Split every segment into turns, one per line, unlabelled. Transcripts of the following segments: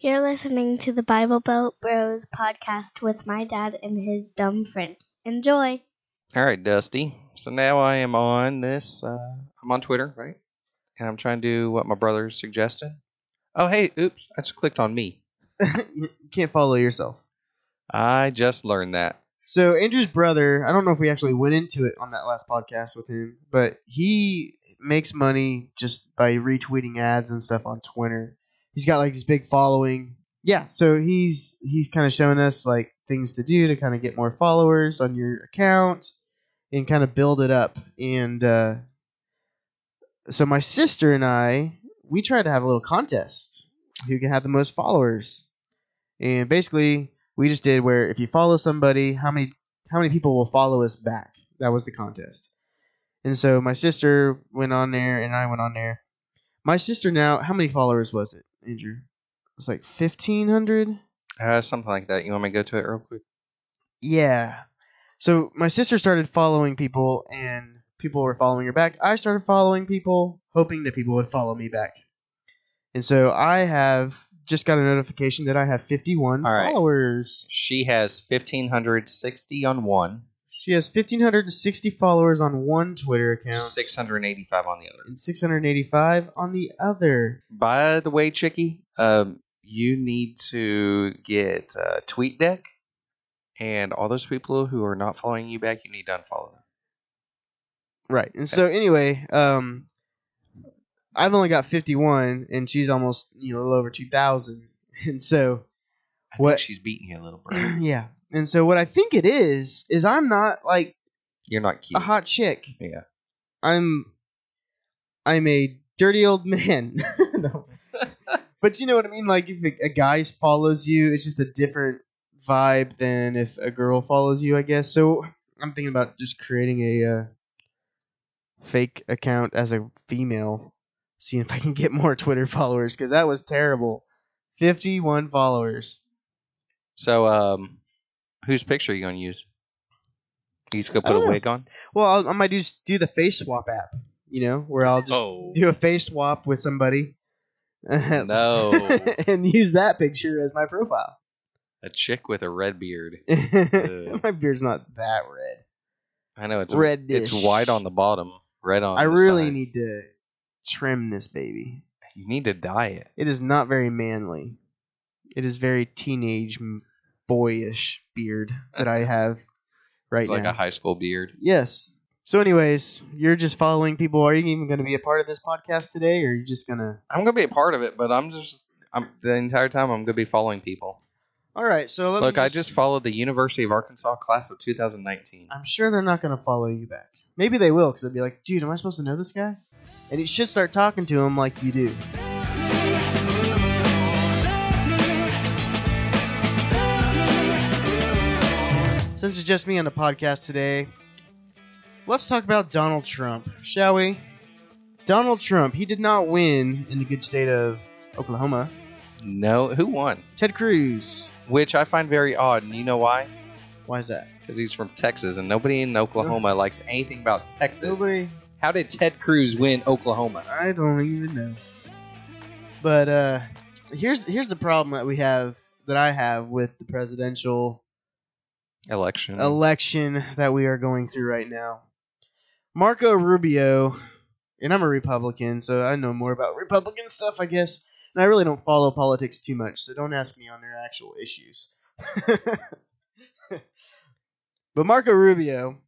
You're listening to the Bible Belt Bros podcast with my dad and his dumb friend. Enjoy.
All right, Dusty. So now I am on this. Uh, I'm on Twitter, right? And I'm trying to do what my brother suggested. Oh, hey, oops! I just clicked on me.
you can't follow yourself.
I just learned that.
So Andrew's brother, I don't know if we actually went into it on that last podcast with him, but he makes money just by retweeting ads and stuff on Twitter. He's got like this big following. Yeah, so he's he's kind of showing us like things to do to kind of get more followers on your account and kind of build it up. And uh, so my sister and I, we tried to have a little contest who can have the most followers. And basically, we just did where if you follow somebody, how many how many people will follow us back? That was the contest. And so my sister went on there and I went on there. My sister now, how many followers was it, Andrew? It was like 1500?
Uh, something like that. You want me to go to it real quick?
Yeah. So my sister started following people and people were following her back. I started following people hoping that people would follow me back. And so I have just got a notification that I have 51
All right.
followers.
She has fifteen hundred sixty on one,
She has 1560 followers on one Twitter account
six hundred eighty-five on the other.
and 685 on the other.
By the way, Chicky, um, you need to get uh, TweetDeck, and all those people who are not following you back, you need to unfollow them.
Right. And so anyway, um I've only got 51 and she's almost, you know, a little over 2000. And so
I
What-
think she's beating you a little, bro.
yeah. And so what I think it is is I'm not like
You're not cute.
a hot chick.
Yeah.
I'm I'm a dirty old man. No. But you know what I mean? Like if a, a guy follows you, it's just a different vibe than if a girl follows you, I guess. So I'm thinking about just creating a uh, fake account as a female, seeing if I can get more Twitter followers because that was terrible. Fifty-one followers.
So, um, whose picture are you gonna use? You just gonna
I
put a
don't know.
wig on?
Well, I'll, I might just do the face swap app, you know, where I'll just
Oh,
do a face swap with somebody.
No.
and use that picture as my profile.
a chick with a red beard.
my beard's not that red.
I know it's
Reddish.
It's white on the bottom, red on.
I
the
really
sides.
need to trim this baby.
You need to dye it.
It is not very manly. It is very teenage m- boyish beard that I have right
It's like
now.
a high school beard.
yes. So, anyways, you're just following people. Are you even going to be a part of this podcast today, or are you just going to?
I'm gonna be a part of it, but I'm just. I'm the entire time I'm gonna be following people.
All right. So let me
Look, I just followed the University of Arkansas class of 2019.
I'm sure they're not going to follow you back. Maybe they will, because they'll be like, dude, am I supposed to know this guy? And you should start talking to him like you do. Since it's just me on the podcast today, let's talk about Donald Trump, shall we? Donald Trump, he did not win in the good state of Oklahoma.
No, who won?
Ted Cruz.
Which I find very odd, and you know why?
Why is that?
Because he's from Texas, and nobody in Oklahoma likes anything about Texas.
Nobody
How did Ted Cruz win Oklahoma?
I don't even know. But uh, here's here's the problem that we have that I have with the presidential
Election.
election that we are going through right now. Marco Rubio, and I'm a Republican, so I know more about Republican stuff, I guess. And I really don't follow politics too much, so don't ask me on their actual issues. but Marco Rubio,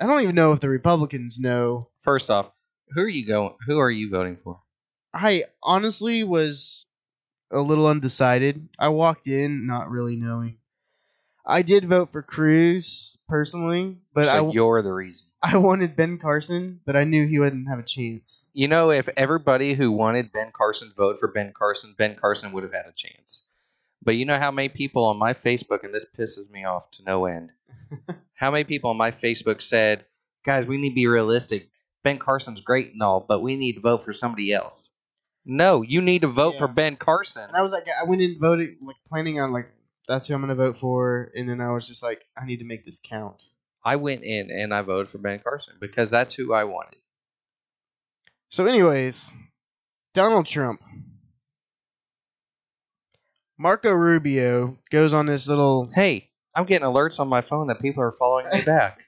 I don't even know if the Republicans know
First off, who are you going? Who are you voting for?
I honestly was a little undecided. I walked in not really knowing. I did vote for Cruz personally, but I
so you're the reason.
I wanted Ben Carson, but I knew he wouldn't have a chance.
You know, if everybody who wanted Ben Carson voted for Ben Carson, Ben Carson would have had a chance. But you know how many people on my Facebook, and this pisses me off to no end. how many people on my Facebook said, "Guys, we need to be realistic. Ben Carson's great and all, but we need to vote for somebody else." No, you need to vote for
Yeah.
Ben Carson.
And I was like, I went in voting, like planning on like that's who I'm gonna vote for, and then I was just like, I need to make this count.
I went in and I voted for Ben Carson because that's who I wanted.
So, anyways, Donald Trump. Marco Rubio goes on this little
Hey, I'm getting alerts on my phone that people are following me back.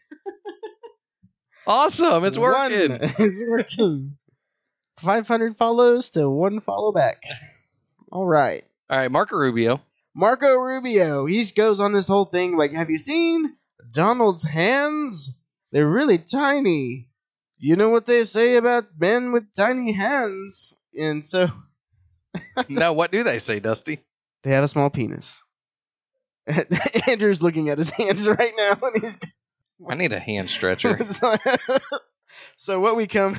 awesome, it's
One-
working.
it's working. 500 follows to one follow back. All right.
All right, Marco Rubio.
Marco Rubio, he goes on this whole thing like, have you seen Donald's hands? They're really tiny. You know what they say about men with tiny hands? And so
now, what do they say, Dusty?
they have a small penis. Andrew's looking at his hands right now, and he's
I need a hand stretcher.
so, so what we come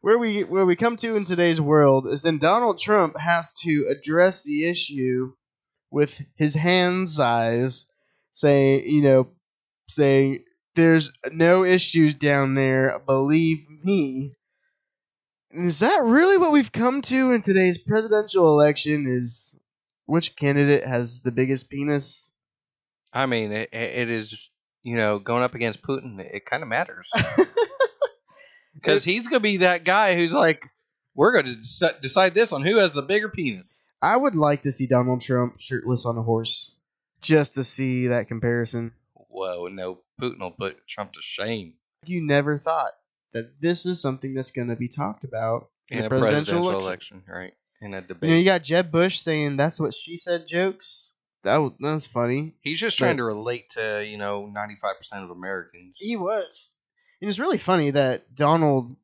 where we where we come to in today's world is then Donald Trump has to address the issue with his hand size, saying you know, saying there's no issues down there. Believe me. Is that really what we've come to in today's presidential election? Is which candidate has the biggest penis?
I mean, it, it is, you know, going up against Putin, it kind of matters. Because he's going to be that guy who's like, we're going to dec- decide this on who has the bigger penis.
I would like to see Donald Trump shirtless on a horse, just to see that comparison.
Whoa, no, Putin will put Trump to shame.
You never thought that this is something that's going to be talked about
In a presidential election, right? In a debate.
You know, you got Jeb Bush saying that's what she said jokes. That was, that was funny.
He's just trying to relate to, you know, 95% of Americans.
He was. And it's really funny that Donald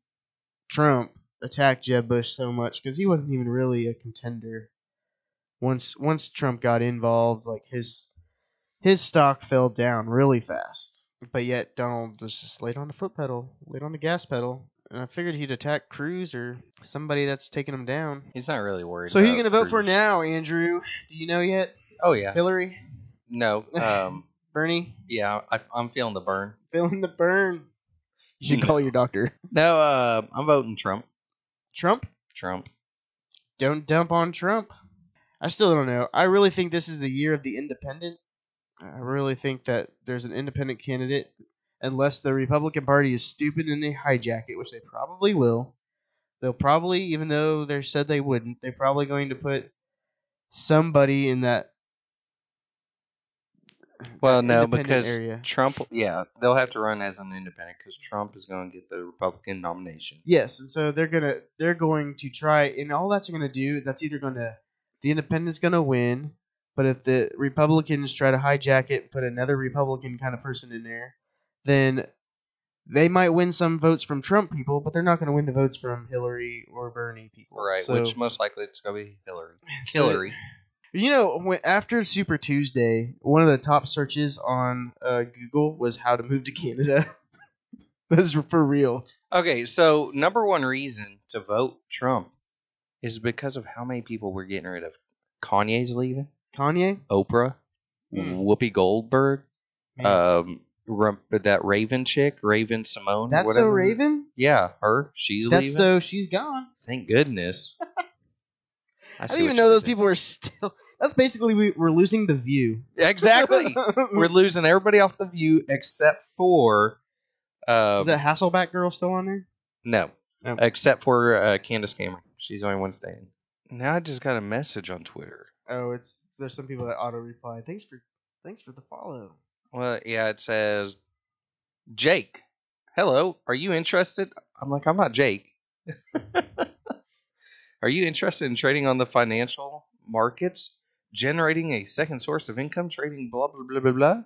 Trump attacked Jeb Bush so much because he wasn't even really a contender. Once once Trump got involved, like his his stock fell down really fast. But yet Donald was just laid on the foot pedal, laid on the gas pedal, and I figured he'd attack Cruz or somebody that's taking him down.
He's not really worried.
So who
about
you gonna vote for
Cruz.
now, Andrew? Do you know yet?
Oh, yeah.
Hillary,
No. Um,
Bernie,
yeah, I, I'm feeling the burn.
feeling the burn. You should call your doctor.
No, uh, I'm voting Trump.
Trump.
Trump.
don't dump on Trump. I still don't know. I really think this is the year of the independent. I really think that there's an independent candidate, unless the Republican Party is stupid and they hijack it, which they probably will. They'll probably, even though they said they wouldn't, they're probably going to put somebody in that
Well, no,
independent
because
area.
Trump, yeah, they'll have to run as an independent because Trump is going to get the Republican nomination.
Yes, and so they're gonna they're going to try, and all that's gonna do that's either gonna the independent's gonna win, but if the Republicans try to hijack it and put another Republican kind of person in there, then they might win some votes from Trump people, but they're not gonna win the votes from Hillary or Bernie people.
Right,
So-
which most likely it's going to be Hillary. Hillary.
You know, when, after Super Tuesday, one of the top searches on uh, Google was how to move to Canada. That's for real.
Okay, so number one reason to vote Trump is because of how many people we're getting rid of. Kanye's leaving.
Kanye.
Oprah.
Hmm.
Whoopi Goldberg.
Man,
Um, rem- that Raven chick, Raven Simone.
that's so
whatever.
Raven.
Yeah, her. She's
That's
leaving.
so she's gone.
Thank goodness.
I,
see
didn't
what
even know
you
those
did.
people were still. That's basically we, we're losing the view.
Exactly. We're losing everybody off the view except for uh,
Is that Oh. Hasselback girl still on there?
no,
No.
except for uh, Candace Cameron. She's the only one staying. Now I just got a message on Twitter.
Oh, it's there's some people that auto reply. Thanks for thanks for the follow.
Well, yeah, it says Jake. Hello, are you interested? I'm like, I'm not Jake. are you interested in trading on the financial markets, generating a second source of income, trading blah blah blah blah blah?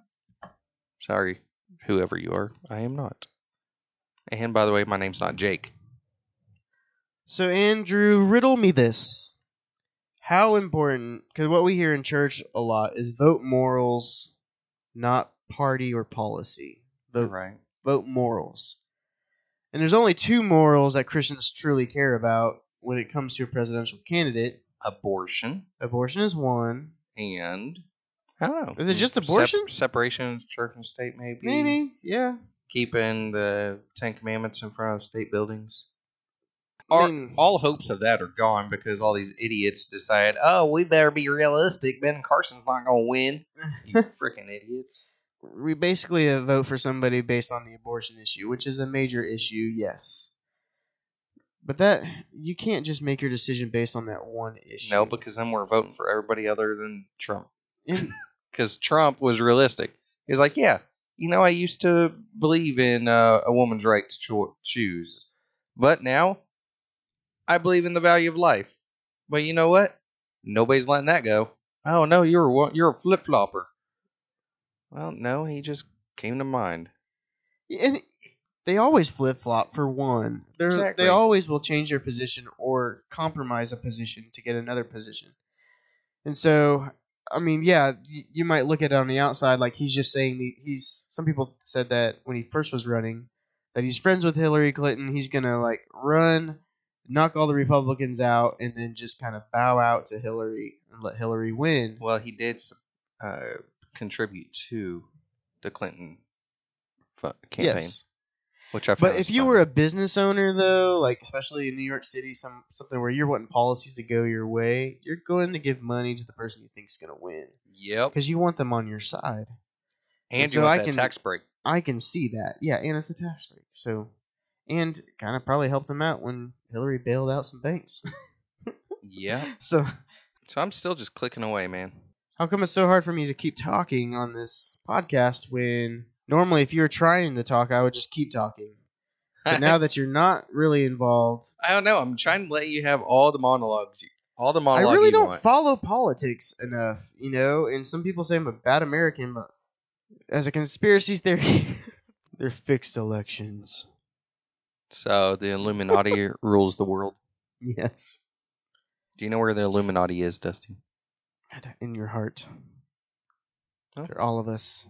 Sorry, whoever you are, I am not. And by the way, my name's not Jake.
So Andrew, riddle me this: How important? Because what we hear in church a lot is vote morals, not party or policy. Vote
Right.
vote morals. And there's only two morals that Christians truly care about when it comes to a presidential candidate.
Abortion
Abortion is one.
and I don't know.
Is it just
Sep-
abortion?
separation of church and state, maybe.
Maybe, yeah.
keeping the Ten Commandments in front of state buildings.
I
Are,
mean-
all hopes of that are gone because all these idiots decide, oh, we better be realistic. Ben Carson's not going to win. You freaking idiots.
We basically uh, vote for somebody based on the abortion issue, which is a major issue, yes. But that you can't just make your decision based on that one issue.
No, because then we're voting for everybody other than Trump.
And-
Because Trump was realistic. He was like, yeah, you know, I used to believe in uh, a woman's right to cho- choose, but now I believe in the value of life. But you know what? Nobody's letting that go. Oh no, you're a, wo- you're a flip flopper. Well, no, he just came to mind.
and they always flip flop for one. They're,
Exactly.
They always will change their position or compromise a position to get another position. And so, I mean, yeah, you, you might look at it on the outside like he's just saying the, he's. Some people said that when he first was running, that he's friends with Hillary Clinton. He's gonna like run, knock all the Republicans out, and then just kind of bow out to Hillary and let Hillary win.
Well, he did uh, contribute to the Clinton fu- campaign,
Yes.
which I found
But if you
funny.
were a business owner, though, like especially in New York City, some something where you're wanting policies to go your way, you're going to give money to the person you think's going to win
Yep.
because you want them on your side.
And
so
you want
I
that
can-
tax break.
I can see that. Yeah, and it's a tax break, so and kind of probably helped him out when Hillary bailed out some banks.
Yeah.
so
So I'm still just clicking away, man.
how come it's so hard for me to keep talking on this podcast when normally if you were trying to talk, I would just keep talking. But now that you're not really involved,
I don't know. I'm trying to let you have all the monologues. You, all the
I
monologues.
really
you
don't
want.
follow politics enough, you know. And some people say I'm a bad American, but as a conspiracy theory, they're fixed elections.
so the Illuminati rules the world.
Yes,
Do you know where the Illuminati is, Dusty?
in your heart,
Huh?
for all of us.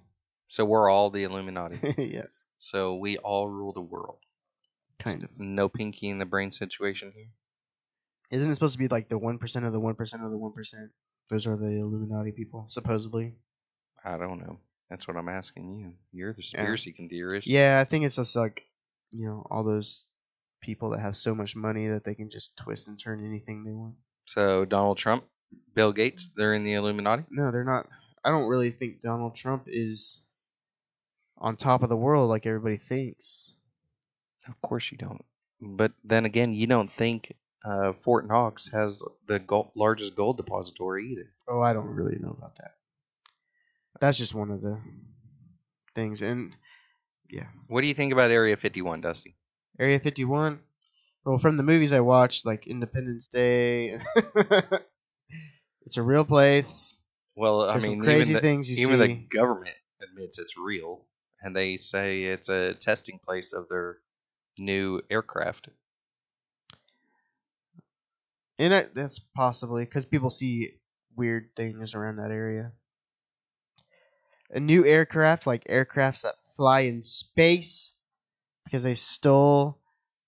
So we're all the Illuminati.
yes,
so we all rule the world.
kind of.
No pinky in the brain situation here.
Isn't it supposed to be like the one percent of the one percent of the one percent? Those are the Illuminati people, supposedly.
I don't know. That's what I'm asking you. You're the conspiracy theorist.
Yeah, I think it's just like you know all those people that have so much money that they can just twist and turn anything they want.
So Donald Trump, Bill Gates, they're in the Illuminati.
No, they're not. I don't really think Donald Trump is on top of the world like everybody thinks.
Of course you don't. But then again, you don't think uh, Fort Knox has the gold, largest gold depository either.
Oh, I don't really know about that. That's just one of the things. And yeah,
What do you think about Area 51, Dusty?
Area 51. Well, from the movies I watched, like Independence Day, it's a real place.
Well, I
There's
mean,
some crazy
even, the,
things you
even the
see.
government admits it's real, and they say it's a testing place of their new aircraft.
and I, that's possibly because people see weird things around that area. A new aircraft, like aircrafts that fly in space, because they stole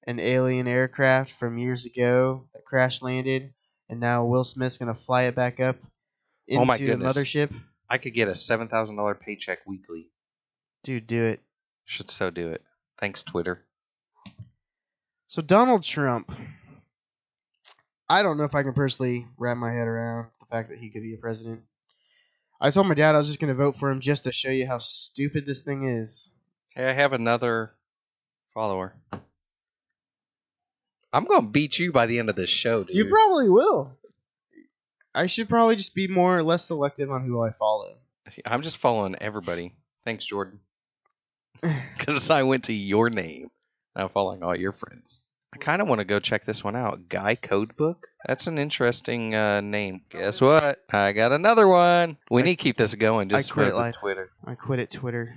an alien aircraft from years ago that crash landed, and now Will Smith's gonna fly it back up into
Oh my
the
goodness.
mothership.
I could get a $7,000 paycheck weekly.
Dude, do it.
Should so do it. Thanks, Twitter.
So Donald Trump, I don't know if I can personally wrap my head around the fact that he could be a president. I told my dad I was just going to vote for him just to show you how stupid this thing is.
Hey, I have another follower. I'm going to beat you by the end of this show, dude.
You probably will. I should probably just be more less selective on who I follow.
I'm just following everybody. Thanks, Jordan. Because I went to your name. I'm following all your friends. I kind of want to go check this one out. Guy Codebook? That's an interesting uh, name. Guess what? I got another one. We
I-
need to keep this going just
I
for
quit
the
life.
Twitter.
I quit at Twitter.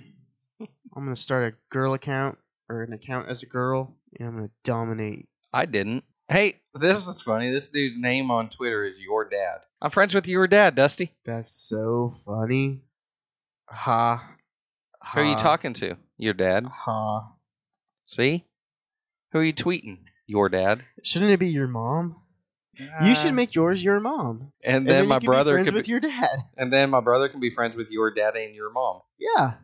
I'm going to start a girl account or an account as a girl, and I'm going to dominate.
I didn't. Hey, this is funny. This dude's name on Twitter is your dad. I'm friends with your dad, Dusty.
That's so funny. Ha. ha
Who
Uh,
are you talking to? Your dad.
Ha.
See? Who are you tweeting? Your dad.
Shouldn't it be your mom? you should make yours your mom.
And
And
Uh, then,
you
my
can be
brother
friends
could
with
be,
your dad.
and then my brother can be friends with your dad and your mom.
Yeah.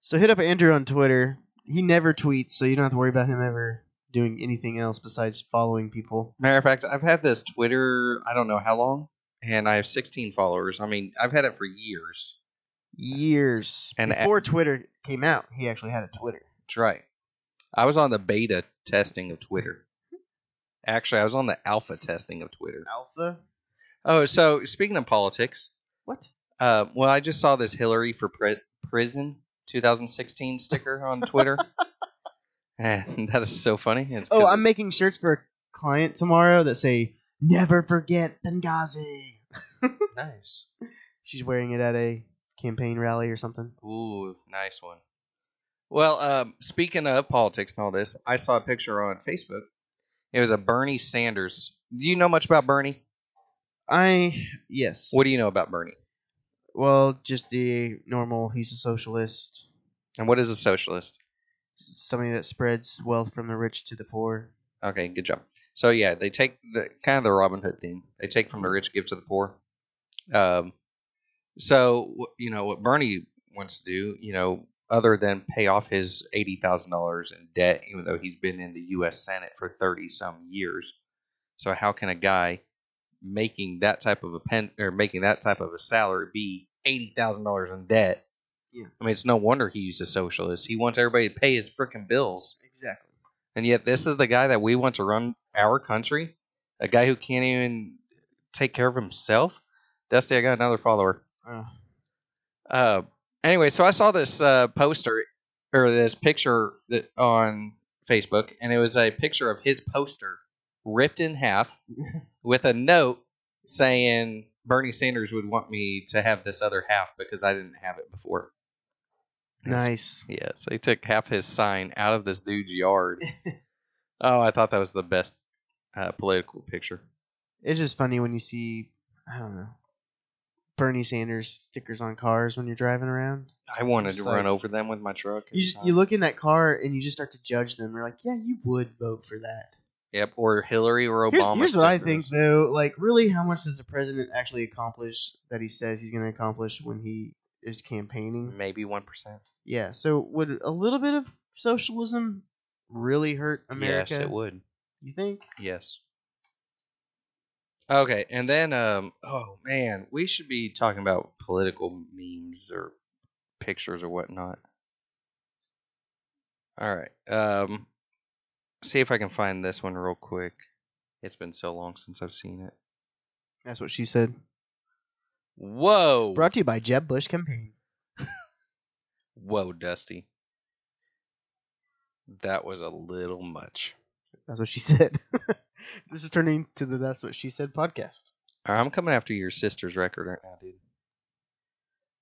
So hit up Andrew on Twitter. He never tweets, so you don't have to worry about him ever doing anything else besides following people.
Matter of fact, I've had this Twitter, I don't know how long, and I have 16 followers. I mean, I've had it for years.
Years
And a-
before Twitter came out, he actually had a Twitter.
That's right. I was on the beta testing of Twitter. Actually, I was on the alpha testing of Twitter.
Alpha.
Oh, so speaking of politics,
What?
uh, well, I just saw this Hillary for pri- prison 2016 sticker on Twitter. and that is so funny. It's
Oh,
'cause
I'm making shirts for a client tomorrow that say "Never forget Benghazi."
it's nice.
She's wearing it at a campaign rally or something.
Ooh, nice one. Well, um, speaking of politics and all this, I saw a picture on Facebook. It was a Bernie Sanders. Do you know much about Bernie?
I yes.
What do you know about Bernie?
Well, just the normal. He's a socialist.
And what is a socialist?
Somebody that spreads wealth from the rich to the poor.
Okay, good job. So yeah, they take the kind of the Robin Hood theme. They take from the rich, give to the poor. Um, so wh- you know what Bernie wants to do, you know, other than pay off his eighty thousand dollars in debt, even though he's been in the U.S. Senate for thirty some years. So how can a guy making that type of a pen or making that type of a salary be eighty thousand dollars in debt?
Yeah.
I mean, it's no wonder he's a socialist. He wants everybody to pay his freaking bills.
Exactly.
And yet, this is the guy that we want to run our country. A guy who can't even take care of himself. Dusty, I got another follower.
Uh,
Uh, anyway, so I saw this uh, poster or this picture that, on Facebook, and it was a picture of his poster ripped in half with a note saying Bernie Sanders would want me to have this other half because I didn't have it before.
nice.
Yeah, so he took half his sign out of this dude's yard. oh, I thought that was the best uh, political picture.
It's just funny when you see I don't know Bernie Sanders stickers on cars when you're driving around.
I wanted to
It's
run
like-
over them with my truck.
You
every
just, you
time.
look in that car and you just start to judge them. You're like, yeah, you would vote for that.
Yep, or Hillary or Obama.
Here's, here's what I
stickers.
think though. Like, really, how much does the president actually accomplish that he says he's going to accomplish when he is campaigning?
Maybe one percent.
Yeah. So would a little bit of socialism really hurt America?
Yes, it would.
You think?
Yes. Okay, and then um, oh man, we should be talking about political memes or pictures or whatnot. All right, um, see if I can find this one real quick. It's been so long since I've seen it.
That's what she said.
Whoa,
Brought to you by Jeb Bush campaign.
whoa, Dusty. That was a little much.
That's what she said. this is turning to the That's What She Said podcast.
All right, I'm coming after your sister's record right now, dude.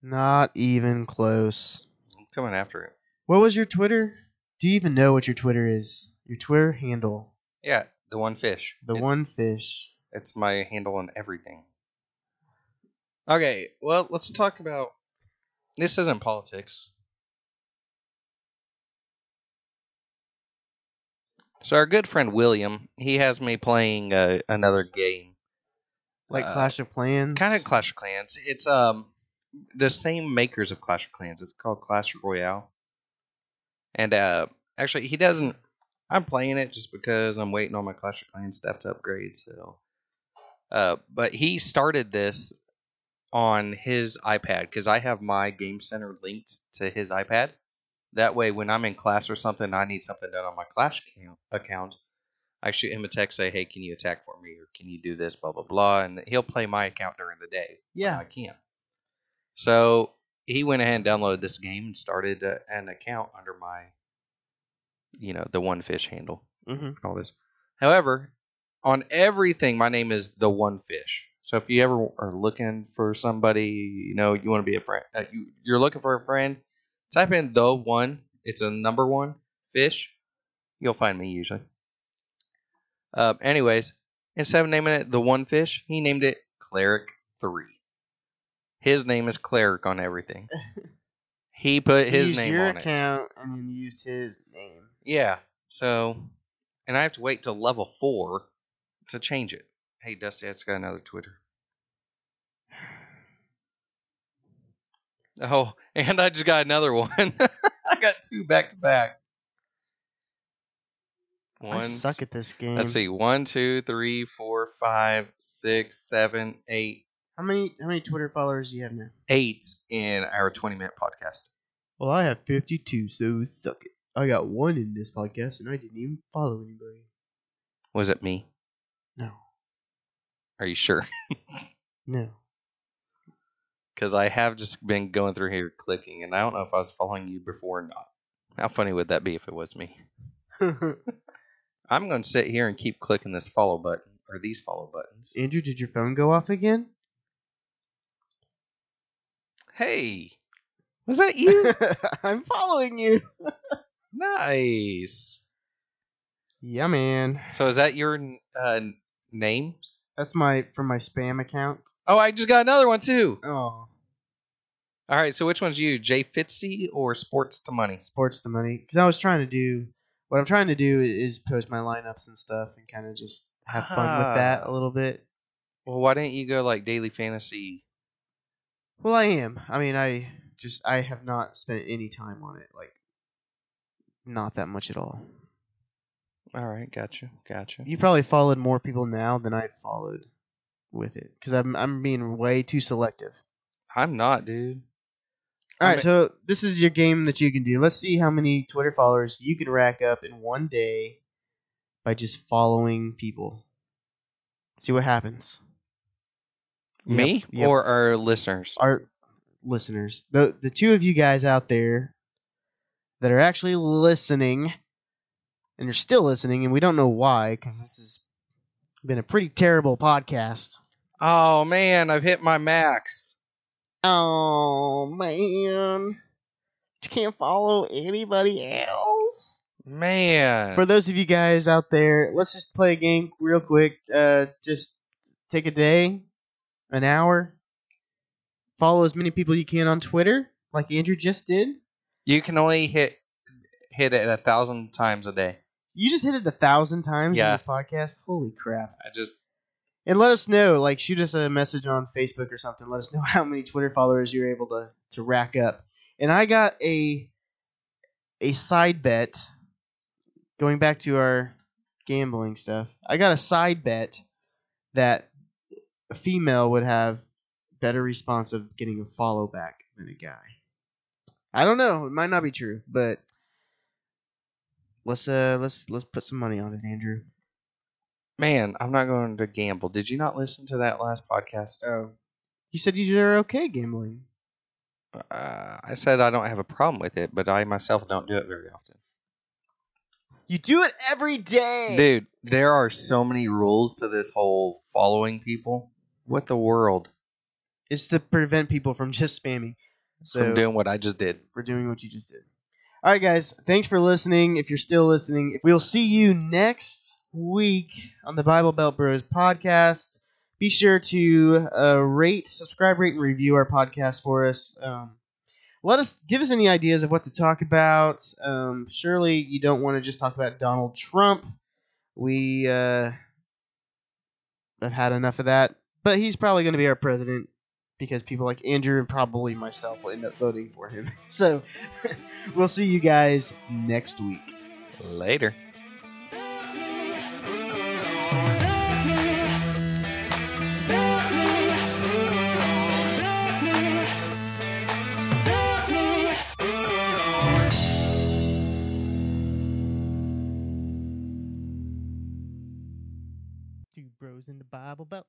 Not even close.
I'm coming after it.
What was your Twitter? Do you even know what your Twitter is? Your Twitter handle.
Yeah, the one fish.
The
It-
one fish.
It's my handle on everything. Okay, well, let's talk about. This isn't politics. So our good friend William, he has me playing uh, another game,
Like
Uh,
Clash of Clans.
kind of Clash of Clans. It's um the same makers of Clash of Clans. It's called Clash Royale. And uh actually, he doesn't. I'm playing it just because I'm waiting on my Clash of Clans stuff to upgrade. So, uh, but he started this on his iPad because I have my Game Center linked to his iPad. That way, when I'm in class or something, I need something done on my Clash account- account. I shoot him a text, say, "Hey, can you attack for me, or can you do this?" Blah blah blah, and he'll play my account during the day. when
Yeah.
I can. So he went ahead and downloaded this game and started uh, an account under my, you know, the one fish handle.
Mm-hmm.
All this. However, on everything, my name is the one fish. So if you ever are looking for somebody, you know, you want to be a friend, uh, you, you're looking for a friend, type in the one. It's a number one fish. You'll find me usually. Uh, anyways, instead of naming it the one fish, he named it Cleric Three. His name is Cleric on everything. he put his
used
name
your
on it.
account and then used his name.
Yeah. So, and I have to wait till level four to change it. Hey, Dusty, that's got another Twitter. Oh, and I just got another one. I got two back to back. One.
I suck at this game.
Let's see. One, two, three, four, five, six, seven, eight,
How many how many Twitter followers do you have now?
eight in our twenty-minute podcast.
Well, I have fifty two, so suck it. I got one in this podcast and I didn't even follow anybody.
Was it me?
No,
Are you sure?
no.
Because I have just been going through here clicking, and I don't know if I was following you before or not. How funny would that be if it was me? I'm going to sit here and keep clicking this follow button or these follow buttons.
Andrew, did your phone go off again?
Hey, was that you?
I'm following you.
nice.
Yeah, man.
So is that your uh, names?
That's my from my spam account.
Oh, I just got another one too.
Oh,
All right, so which one's you, Jay Fitzy or Sports to Money?
sports the money. Because I was trying to do what I'm trying to do is post my lineups and stuff and kind of just have fun
Ah.
with that a little bit.
Well, why didn't you go like Daily Fantasy?
Well, I am. I mean, I just I have not spent any time on it, like not that much at all.
All right, gotcha, gotcha.
You probably followed more people now than I followed with it because I'm I'm being way too selective.
I'm not, dude.
All
I
right,
mean-
so this is your game that you can do. Let's see how many Twitter followers you can rack up in one day by just following people. See what happens. Yep,
Me
yep.
or our listeners?
our listeners, the the two of you guys out there that are actually listening, and you're still listening, and we don't know why because this has been a pretty terrible podcast.
Oh man, I've hit my max.
Oh man, you can't follow anybody else.
Man.
Uh, for those of you guys out there, let's just play a game real quick. Uh, just take a day, an hour, follow as many people you can on Twitter, like Andrew just did.
you can only hit hit it a thousand times a day.
You just hit it a thousand times in
Yeah.
this podcast. Holy crap!
I just
And let us know, like, shoot us a message on Facebook or something. Let us know how many Twitter followers you're able to to rack up. And I got a a side bet. Going back to our gambling stuff, I got a side bet that a female would have better response of getting a follow back than a guy. I don't know; it might not be true, but let's uh let's let's put some money on it, Andrew.
man, I'm not going to gamble. Did you not listen to that last podcast?
Oh, you said you are okay gambling.
Uh, I said I don't have a problem with it, but I myself don't do it very often.
You do it every day.
Dude, there are so many rules to this whole following people. What the world?
It's to prevent people from just spamming. So
from doing what I just did.
for doing what you just did. All right, guys. Thanks for listening. If you're still listening, we'll see you next week on the Bible Belt Bros podcast. Be sure to uh, rate, subscribe, rate, and review our podcast for us. Um, let us give us any ideas of what to talk about. Um, surely you don't want to just talk about Donald Trump. We uh, have had enough of that, but he's probably going to be our president because people like Andrew and probably myself will end up voting for him. So we'll see you guys next week.
Later.
Two bros in the Bible Belt.